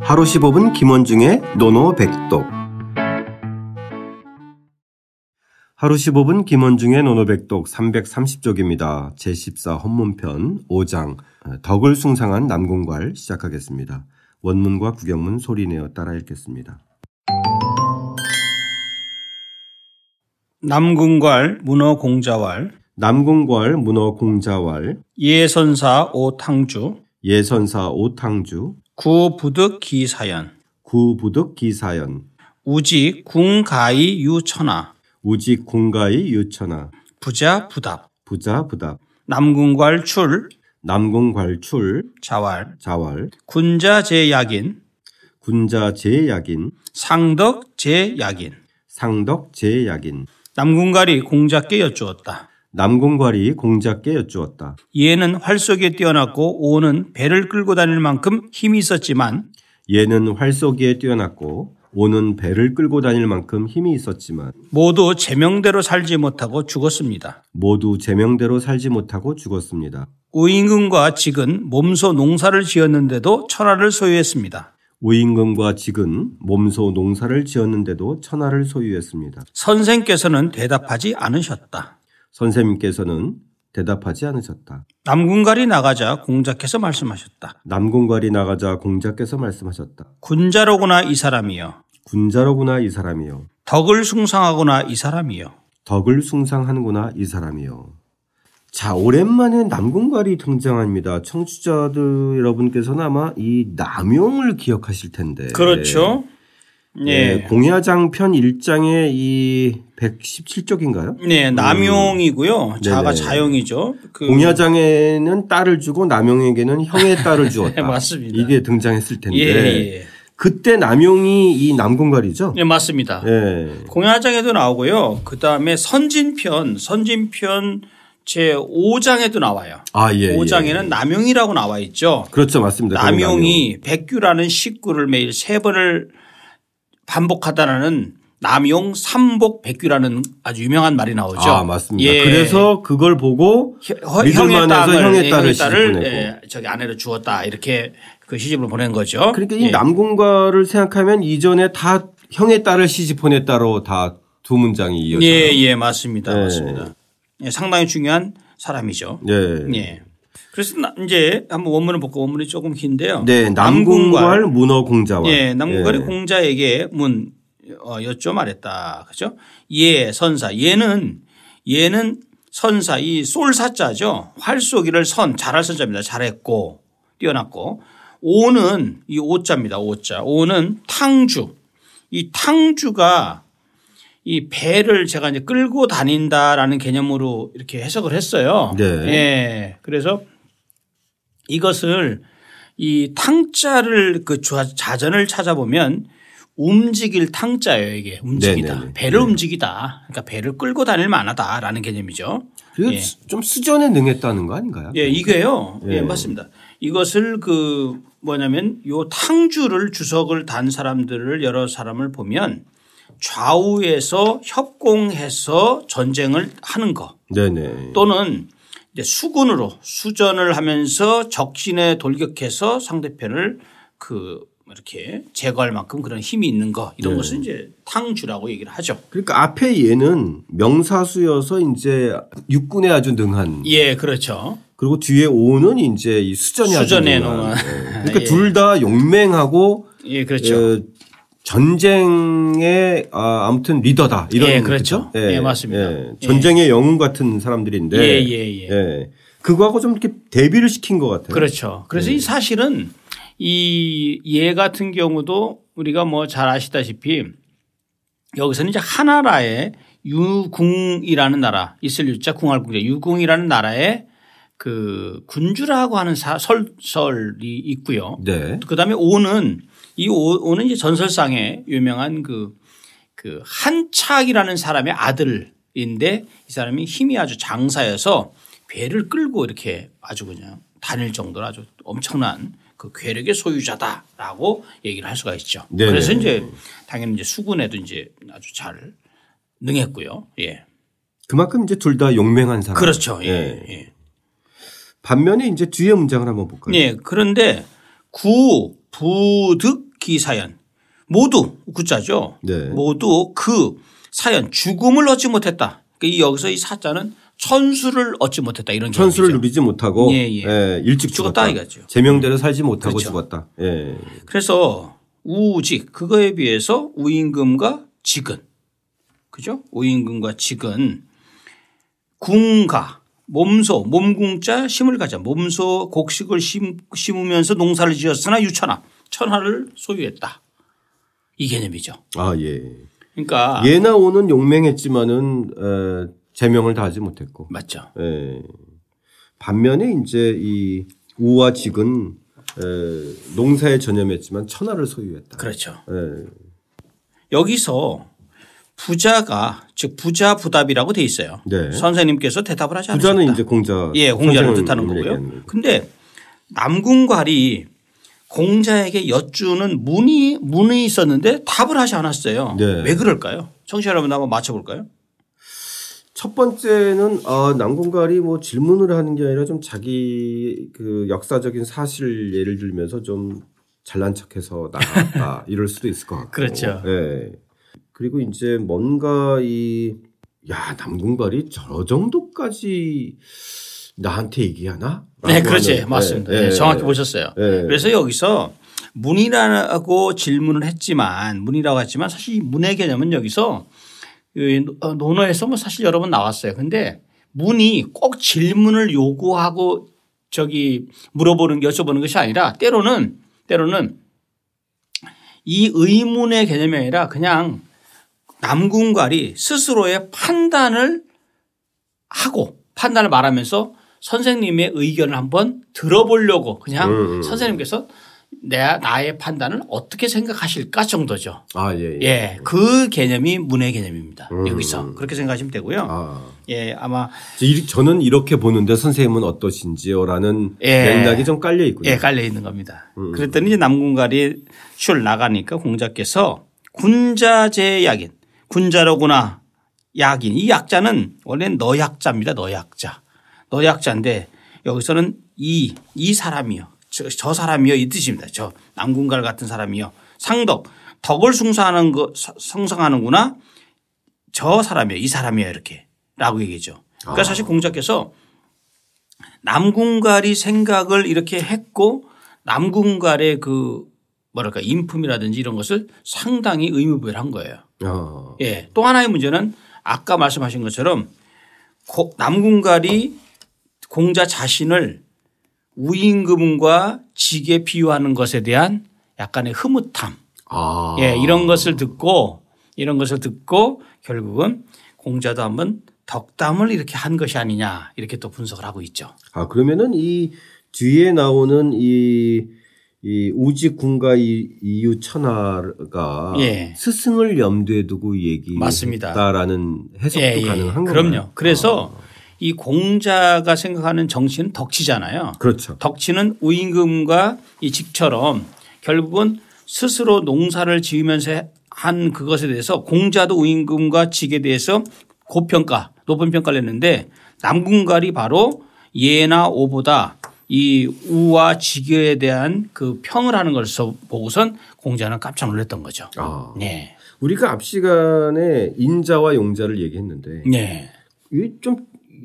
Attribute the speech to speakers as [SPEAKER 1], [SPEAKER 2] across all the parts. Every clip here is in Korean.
[SPEAKER 1] 하루 15분 김원중의 노노백독 하루 15분 김원중의 노노백독 330쪽입니다. 제14 헌문편 5장 어, 덕을 숭상한 남공괄 시작하겠습니다. 원문과 구경문 소리내어 따라 읽겠습니다.
[SPEAKER 2] 남궁괄 문어공자왈
[SPEAKER 1] 남공괄 문어공자왈
[SPEAKER 2] 예선사 오탕주
[SPEAKER 1] 예선사 오탕주
[SPEAKER 2] 구부득기사연
[SPEAKER 1] 구부득기사연
[SPEAKER 2] 우지 궁가이 유천하
[SPEAKER 1] 우직 공가이 유천하
[SPEAKER 2] 부자 부답
[SPEAKER 1] 부자 부답
[SPEAKER 2] 남궁괄 출
[SPEAKER 1] 남공괄출
[SPEAKER 2] 자왈
[SPEAKER 1] 자왈
[SPEAKER 2] 군자 제약인
[SPEAKER 1] 군자 제약인
[SPEAKER 2] 상덕 제약인
[SPEAKER 1] 상덕 제약인
[SPEAKER 2] 남궁괄이 공자께 여쭈었다.
[SPEAKER 1] 남궁괄이 공자께 여쭈었다.
[SPEAKER 2] 얘는 활속에 뛰어났고 오는 배를 끌고 다닐 만큼 힘이 있었지만
[SPEAKER 1] 얘는 활쏘기에 뛰어났고 오는 배를 끌고 다닐 만큼 힘이 있었지만
[SPEAKER 2] 모두 제명대로 살지 못하고 죽었습니다.
[SPEAKER 1] 모두 제명대로 살지 못하고 죽었습니다.
[SPEAKER 2] 우임금과 직은 몸소 농사를 지었는데도 천하를 소유했습니다.
[SPEAKER 1] 우임금과 직은 몸소 농사를 지었는데도 천하를 소유했습니다.
[SPEAKER 2] 선생께서는 대답하지 않으셨다.
[SPEAKER 1] 선생님께서는 대답하지 않으셨다.
[SPEAKER 2] 남궁갈이 나가자 공자께서 말씀하셨다.
[SPEAKER 1] 남궁괄이 나가자 공자께서 말씀하셨다.
[SPEAKER 2] 군자로구나 이 사람이여.
[SPEAKER 1] 군자로구나 이 사람이요.
[SPEAKER 2] 덕을 숭상하구나 이 사람이여.
[SPEAKER 1] 덕을 숭상하는구나 이 사람이요. 자 오랜만에 남궁괄이 등장합니다. 청취자들 여러분께서는 아마 이 남용을 기억하실 텐데.
[SPEAKER 2] 그렇죠.
[SPEAKER 1] 그렇죠. 네.
[SPEAKER 2] 네.
[SPEAKER 1] 공야장 편 1장의 이 117쪽인가요?
[SPEAKER 2] 네, 남용이고요. 자가
[SPEAKER 1] 음. 네네.
[SPEAKER 2] 자용이죠. 그
[SPEAKER 1] 공야장에는 딸을 주고 남용에게는 형의 딸을 주었다.
[SPEAKER 2] 네, 맞습니다.
[SPEAKER 1] 이게 등장했을 텐데
[SPEAKER 2] 예, 예.
[SPEAKER 1] 그때 남용이 이 남궁갈이죠.
[SPEAKER 2] 네, 맞습니다.
[SPEAKER 1] 예.
[SPEAKER 2] 공야장에도 나오고요. 그 다음에 선진편, 선진편 제 5장에도 나와요.
[SPEAKER 1] 아 예. 예.
[SPEAKER 2] 5장에는 남용이라고 나와 있죠.
[SPEAKER 1] 그렇죠 맞습니다. 저는
[SPEAKER 2] 남용이 백규라는 식구를 매일 세 번을 반복하다라는 남용 삼복 백규라는 아주 유명한 말이 나오죠.
[SPEAKER 1] 남용. 아 맞습니다.
[SPEAKER 2] 예.
[SPEAKER 1] 그래서 그걸 보고
[SPEAKER 2] 혀- 어,
[SPEAKER 1] 믿을
[SPEAKER 2] 형의
[SPEAKER 1] 만해서
[SPEAKER 2] 딸을,
[SPEAKER 1] 형의
[SPEAKER 2] 예,
[SPEAKER 1] 딸을 시집보내고.
[SPEAKER 2] 예, 저기 아내를 주었다 이렇게 그 시집을 보낸 거죠.
[SPEAKER 1] 그러니까 이
[SPEAKER 2] 예.
[SPEAKER 1] 남궁과를 생각하면 이전에 다 형의 딸을 시집 보냈다로 다 두 문장이 이어져요.
[SPEAKER 2] 예, 예,
[SPEAKER 1] 예.
[SPEAKER 2] 맞습니다, 맞습니다. 예, 상당히 중요한 사람이죠.
[SPEAKER 1] 예.
[SPEAKER 2] 예. 그래서 나- 이제 한번 원문을 볼까 원문이 조금 긴데요.
[SPEAKER 1] 네,
[SPEAKER 2] 남궁괄.
[SPEAKER 1] 남궁괄 문어공자와
[SPEAKER 2] 예, 남궁관이 공자에게 문 어, 여쭤 말했다. 그죠? 예, 선사. 얘는 얘는 선사 이 쏠사자죠. 활쏘기를 선 잘할 선자입니다. 잘했고 뛰어났고 오는 이 오자입니다. 오자. 오는 탕주. 이 탕주가 이 배를 제가 이제 끌고 다닌다라는 개념으로 이렇게 해석을 했어요.
[SPEAKER 1] 네.
[SPEAKER 2] 예. 그래서 이것을 이 탕자를 그 좌- 자전을 찾아보면 움직일 탕자예요 이게 움직이다
[SPEAKER 1] 네네네.
[SPEAKER 2] 배를 움직이다 그러니까 배를 끌고 다닐 만하다라는 개념이죠.
[SPEAKER 1] 그리고
[SPEAKER 2] 예.
[SPEAKER 1] 좀 수전에 능했다는 거 아닌가요?
[SPEAKER 2] 예 이게요 예,
[SPEAKER 1] 예.
[SPEAKER 2] 맞습니다. 이것을 그 뭐냐면 요 탕주를 주석을 단 사람들을 여러 사람을 보면 좌우에서 협공해서 전쟁을 하는 거
[SPEAKER 1] 네네.
[SPEAKER 2] 또는 이제 수군으로 수전을 하면서 적신에 돌격해서 상대편을 그 이렇게 제거할 만큼 그런 힘이 있는 거
[SPEAKER 1] 네.
[SPEAKER 2] 이런 것은 이제 탕주라고 얘기를 하죠.
[SPEAKER 1] 그러니까 앞에 얘는 명사수여서 이제 육군에 아주 능한
[SPEAKER 2] 예, 그렇죠.
[SPEAKER 1] 그리고 뒤에 오는 이제 이 수전에,
[SPEAKER 2] 수전에
[SPEAKER 1] 아주 능한.
[SPEAKER 2] 능한.
[SPEAKER 1] 예. 그러니까 둘 다 용맹하고
[SPEAKER 2] 예, 그렇죠.
[SPEAKER 1] 예, 전쟁의 아, 아무튼 리더다 이런
[SPEAKER 2] 예, 그렇죠.
[SPEAKER 1] 거죠?
[SPEAKER 2] 예, 맞습니다. 예.
[SPEAKER 1] 전쟁의 영웅 같은 사람들인데
[SPEAKER 2] 예, 예, 예.
[SPEAKER 1] 그거하고 좀 이렇게 대비를 시킨 것 같아요. 네.
[SPEAKER 2] 그렇죠. 그래서 이 사실은 이 예 같은 경우도 우리가 뭐 잘 아시다시피 여기서는 이제 하나라의 유궁이라는 나라 있을 유자 궁할궁자 유궁이라는 나라의 그 군주라고 하는 사- 설, 설이 있고요.
[SPEAKER 1] 네.
[SPEAKER 2] 그 다음에 오는 이 오- 오는 이제 전설상의 유명한 그, 그 한착이라는 사람의 아들인데 이 사람이 힘이 아주 장사여서 배를 끌고 이렇게 아주 그냥 다닐 정도로 아주 엄청난 그 괴력의 소유자다라고 얘기를 할 수가 있죠.
[SPEAKER 1] 네네.
[SPEAKER 2] 그래서 이제 당연히 이제 수군에도 이제 아주 잘 능했고요. 예.
[SPEAKER 1] 그만큼 이제 둘 다 용맹한 사람.
[SPEAKER 2] 그렇죠. 예.
[SPEAKER 1] 예.
[SPEAKER 2] 예.
[SPEAKER 1] 반면에 이제 뒤에 문장을 한번 볼까요?
[SPEAKER 2] 예. 그런데 구, 예, 부득, 기사연 모두 구자죠.
[SPEAKER 1] 네.
[SPEAKER 2] 모두 그 사연 죽음을 얻지 못했다. 그러니까 이 여기서 이 사자는 천수를 얻지 못했다 이런
[SPEAKER 1] 천수를
[SPEAKER 2] 개념이죠.
[SPEAKER 1] 누리지 못하고
[SPEAKER 2] 예, 예.
[SPEAKER 1] 예, 일찍
[SPEAKER 2] 죽었다
[SPEAKER 1] 죽었다.
[SPEAKER 2] 이거죠.
[SPEAKER 1] 제명대로 살지 못하고
[SPEAKER 2] 그렇죠.
[SPEAKER 1] 죽었다. 예.
[SPEAKER 2] 그래서 우직 그거에 비해서 우임금과 직은 그죠? 우임금과 직은 궁가 몸소 몸궁자 심을 가자 몸소 곡식을 심, 심으면서 농사를 지었으나 유천하 천하를 소유했다 이 개념이죠.
[SPEAKER 1] 아 예.
[SPEAKER 2] 그러니까
[SPEAKER 1] 예나 오는 용맹했지만은 에, 제명을 다하지 못했고.
[SPEAKER 2] 맞죠.
[SPEAKER 1] 예. 반면에 이제 이 우와 직은 에, 농사에 전념했지만 천하를 소유했다.
[SPEAKER 2] 그렇죠.
[SPEAKER 1] 예.
[SPEAKER 2] 여기서 부자가 즉 부자 부답이라고 돼 있어요.
[SPEAKER 1] 네.
[SPEAKER 2] 선생님께서 대답을 하지 않으셨다.
[SPEAKER 1] 부자는 이제 공자.
[SPEAKER 2] 예, 공자를
[SPEAKER 1] 그 선생을
[SPEAKER 2] 뜻하는
[SPEAKER 1] 얘기하는
[SPEAKER 2] 거고요. 근데 남궁괄이 공자에게 여쭈는 문이 문이 있었는데 답을 하지 않았어요.
[SPEAKER 1] 네.
[SPEAKER 2] 왜 그럴까요? 청취자 여러분 한번 맞춰볼까요?
[SPEAKER 1] 첫 번째는 아, 남궁갈이 뭐 질문을 하는 게 아니라 좀 자기 그 역사적인 사실 예를 들면서 좀 잘난 척해서 나갔다 이럴 수도 있을 것 같고.
[SPEAKER 2] 그렇죠.
[SPEAKER 1] 예. 그리고 이제 뭔가 이 야, 남궁갈이 저 정도까지 나한테 얘기하나?
[SPEAKER 2] 네,
[SPEAKER 1] 라고
[SPEAKER 2] 그렇지
[SPEAKER 1] 하는,
[SPEAKER 2] 맞습니다.
[SPEAKER 1] 아, 예,
[SPEAKER 2] 네,
[SPEAKER 1] 예,
[SPEAKER 2] 정확히
[SPEAKER 1] 예.
[SPEAKER 2] 보셨어요.
[SPEAKER 1] 예.
[SPEAKER 2] 그래서 여기서 문이라고 질문을 했지만 문이라고 했지만 사실 이 문의 개념은 여기서 이 논어에서 뭐 사실 여러 번 나왔어요. 근데 문이 꼭 질문을 요구하고 저기 물어보는 여쭤보는 것이 아니라 때로는 때로는 이 의문의 개념이 아니라 그냥 남궁갈이 스스로의 판단을 하고 판단을 말하면서 선생님의 의견을 한번 들어보려고 그냥
[SPEAKER 1] 음, 음.
[SPEAKER 2] 선생님께서 내 나의 판단을 어떻게 생각하실까 정도죠.
[SPEAKER 1] 아, 예. 예.
[SPEAKER 2] 예, 그 개념이 문의 개념입니다.
[SPEAKER 1] 음.
[SPEAKER 2] 여기서 그렇게 생각하시면 되고요.
[SPEAKER 1] 아.
[SPEAKER 2] 예, 아마
[SPEAKER 1] 이- 저는 이렇게 보는데 선생님은 어떠신지요라는
[SPEAKER 2] 예.
[SPEAKER 1] 맥락이 좀 깔려 있군요. 음.
[SPEAKER 2] 예, 깔려 있는 겁니다. 그랬더니 이제 남궁갈이 출 나가니까 공자께서 군자제 약인 군자로구나 약인 이 약자는 원래는 너약자입니다. 너약자. 너약자인데 여기서는 이, 이 사람이요. 저, 저 사람이요. 이 뜻입니다. 저 남궁갈 같은 사람이요. 상덕. 덕을 숭상하는 거, 성상하는구나. 저 사람이요. 이 사람이요. 이렇게. 라고 얘기죠. 그러니까
[SPEAKER 1] 아.
[SPEAKER 2] 사실 공자께서 남궁갈이 생각을 이렇게 했고 남궁갈의 그 뭐랄까 인품이라든지 이런 것을 상당히 의무부여한 거예요.
[SPEAKER 1] 아.
[SPEAKER 2] 예. 또 하나의 문제는 아까 말씀하신 것처럼 고- 남궁갈이 공자 자신을 우임금과 직에 비유하는 것에 대한 약간의 흐뭇함
[SPEAKER 1] 아.
[SPEAKER 2] 예, 이런 것을 듣고 이런 것을 듣고 결국은 공자도 한번 덕담을 이렇게 한 것이 아니냐 이렇게 또 분석을 하고 있죠.
[SPEAKER 1] 아 그러면은 이 뒤에 나오는 이, 이 우직 군가 이- 이유 천하가
[SPEAKER 2] 예.
[SPEAKER 1] 스승을 염두에 두고 얘기했다라는 해석도
[SPEAKER 2] 예, 예, 예.
[SPEAKER 1] 가능한 거예요. 어.
[SPEAKER 2] 그럼요. 그래서 이 공자가 생각하는 정치는 덕치잖아요.
[SPEAKER 1] 그렇죠.
[SPEAKER 2] 덕치는 우임금과 이 직처럼 결국은 스스로 농사를 지으면서 한 그것에 대해서 공자도 우임금과 직에 대해서 고평가, 높은 평가를 했는데 남궁갈이 바로 예나 오보다 이 우와 직에 대한 그 평을 하는 것을 보고선 공자는 깜짝 놀랐던 거죠.
[SPEAKER 1] 아
[SPEAKER 2] 네.
[SPEAKER 1] 우리가 앞 시간에 인자와 용자를 얘기했는데
[SPEAKER 2] 네.
[SPEAKER 1] 이게 좀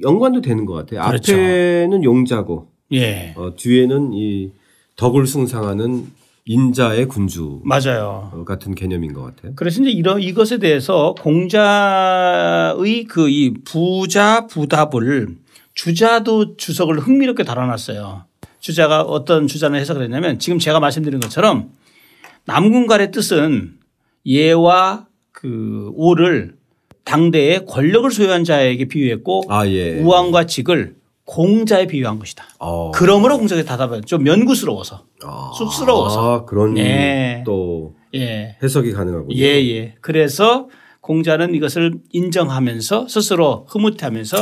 [SPEAKER 1] 연관도 되는 것 같아요.
[SPEAKER 2] 그렇죠.
[SPEAKER 1] 앞에는 용자고
[SPEAKER 2] 예.
[SPEAKER 1] 어, 뒤에는 이 덕을 숭상하는 인자의 군주
[SPEAKER 2] 맞아요.
[SPEAKER 1] 어, 같은 개념인 것 같아요.
[SPEAKER 2] 그래서 이제 이런 이것에 대해서 공자의 그 이 부자 부답을 주자도 주석을 흥미롭게 달아놨어요. 주자가 어떤 주자는 해석을 했냐면 지금 제가 말씀드린 것처럼 남궁갈의 뜻은 예와 그 오를 당대의 권력을 소유한 자에게 비유했고
[SPEAKER 1] 아 예.
[SPEAKER 2] 우왕과 직을 공자에 비유한 것이다.
[SPEAKER 1] 어.
[SPEAKER 2] 그러므로 공자의 답은 좀 연구스러워서
[SPEAKER 1] 아,
[SPEAKER 2] 쑥스러워서.
[SPEAKER 1] 아, 그런
[SPEAKER 2] 예.
[SPEAKER 1] 또
[SPEAKER 2] 예.
[SPEAKER 1] 해석이 가능하군요.
[SPEAKER 2] 예, 예. 그래서 공자는 이것을 인정하면서 스스로 흐뭇하면서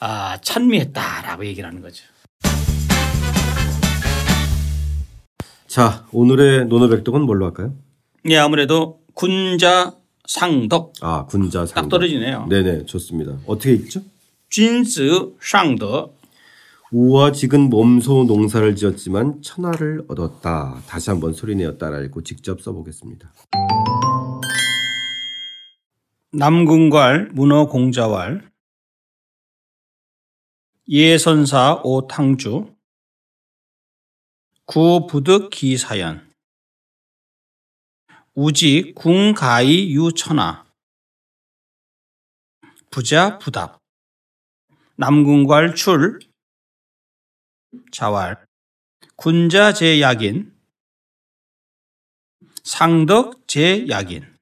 [SPEAKER 2] 아, 찬미했다라고 얘기를 하는 거죠.
[SPEAKER 1] 자, 오늘의 노노백독은 뭘로 할까요?
[SPEAKER 2] 예, 아무래도 군자 상덕 네.
[SPEAKER 1] 아, 군자
[SPEAKER 2] 딱
[SPEAKER 1] 상덕.
[SPEAKER 2] 떨어지네요.
[SPEAKER 1] 네네, 좋습니다. 어떻게 읽죠?
[SPEAKER 2] 진스 상덕
[SPEAKER 1] 우와 지근 몸소 농사를 지었지만 천하를 얻었다. 다시 한번 소리내어 따라 읽고 직접 써보겠습니다.
[SPEAKER 2] 남궁괄 문어공자왈 예선사 오탕주 구부득 기사연 우지 궁가이 유천하 부자 부답 남궁괄 출 자왈 군자 제약인 상덕 제약인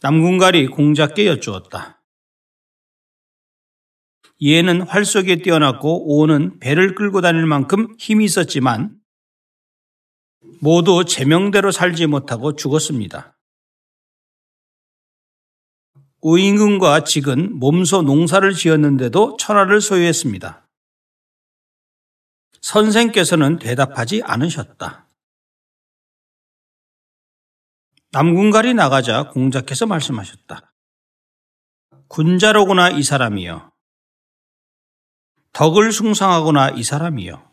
[SPEAKER 2] 남궁갈이 공작께 여쭈었다. 얘는 활속에 뛰어났고 오는 배를 끌고 다닐 만큼 힘이 있었지만 모두 제명대로 살지 못하고 죽었습니다. 우인근과 직은 몸소 농사를 지었는데도 천하를 소유했습니다. 선생께서는 대답하지 않으셨다. 남궁갈이 나가자 공작께서 말씀하셨다. 군자로구나 이 사람이여. 덕을 숭상하구나 이 사람이여.